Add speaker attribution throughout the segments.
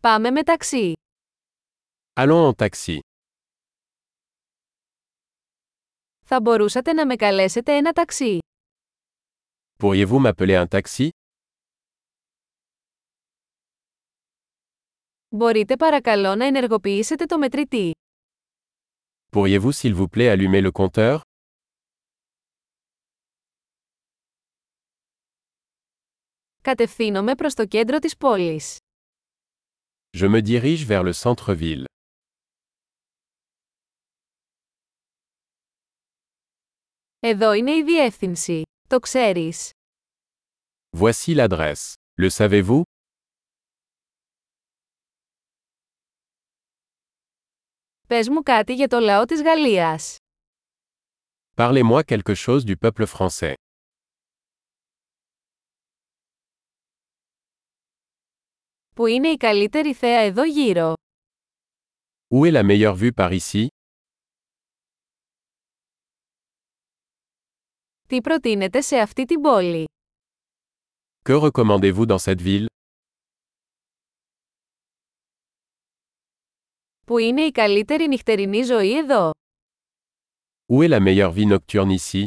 Speaker 1: Πάμε με ταξί.
Speaker 2: Allons en taxi.
Speaker 1: Θα μπορούσατε να με καλέσετε ένα ταξί.
Speaker 2: Pourriez-vous m'appeler un taxi
Speaker 1: Μπορείτε παρακαλώ να ενεργοποιήσετε το μετρητή.
Speaker 2: Pourriez-vous s'il vous plaît allumer le compteur
Speaker 1: Κατευθύνομαι προς το κέντρο της πόλης.
Speaker 2: Je me dirige vers le centre-ville.
Speaker 1: Εδώ είναι η διεύθυνση. Το ξέρεις.
Speaker 2: Voici l'adresse. Le savez-vous
Speaker 1: Πες μου κάτι για το λαό της Γαλλίας.
Speaker 2: Parlez-moi quelque chose du peuple français.
Speaker 1: Που είναι η καλύτερη θέα εδώ γύρω.
Speaker 2: Où est la meilleure vue par ici
Speaker 1: Τι προτείνετε σε αυτή την πόλη.
Speaker 2: Que recommandez-vous dans cette ville
Speaker 1: Που είναι η καλύτερη νυχτερινή ζωή εδώ.
Speaker 2: Où est la meilleure vie nocturne ici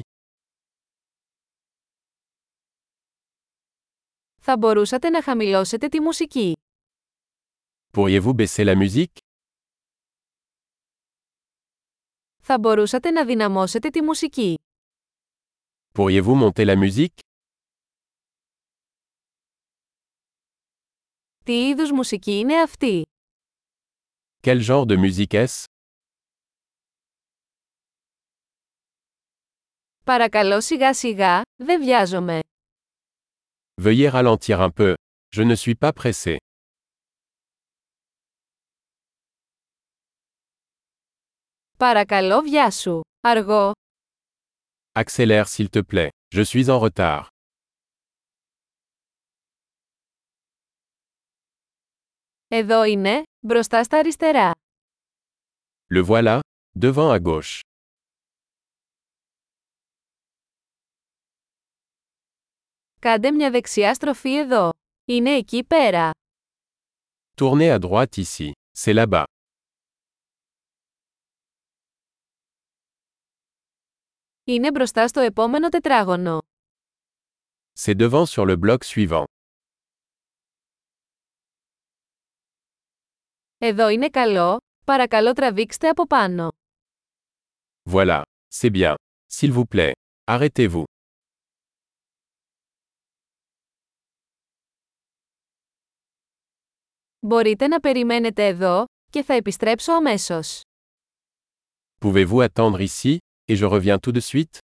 Speaker 1: Θα μπορούσατε να χαμηλώσετε τη μουσική.
Speaker 2: Pourriez-vous baisser la musique
Speaker 1: Θα μπορούσατε να δυναμώσετε τη μουσική.
Speaker 2: Pourriez-vous monter la musique
Speaker 1: Τι είδους μουσική είναι αυτή.
Speaker 2: Quel genre de musique est-ce
Speaker 1: Παρακαλώ σιγά σιγά, δεν βιάζομαι.
Speaker 2: Veuillez ralentir un peu. Je ne suis pas pressé.
Speaker 1: Παρακαλώ βιάσου. Αργό.
Speaker 2: Accélère s'il te plaît. Je suis en retard.
Speaker 1: Εδώ είναι, μπροστά στα αριστερά.
Speaker 2: Le voilà, devant à gauche.
Speaker 1: Κάντε μια δεξιά στροφή εδώ. Είναι εκεί πέρα.
Speaker 2: Tournez à droite ici. C'est là-bas.
Speaker 1: Είναι μπροστά στο επόμενο τετράγωνο.
Speaker 2: C'est devant sur le bloc suivant.
Speaker 1: Εδώ είναι καλό, παρακαλώ τραβήξτε από πάνω.
Speaker 2: Voilà. C'est bien. S'il vous plaît. Arrêtez-vous.
Speaker 1: Μπορείτε να περιμένετε εδώ και θα επιστρέψω αμέσως.
Speaker 2: Pouvez-vous attendre ici, et je reviens tout de suite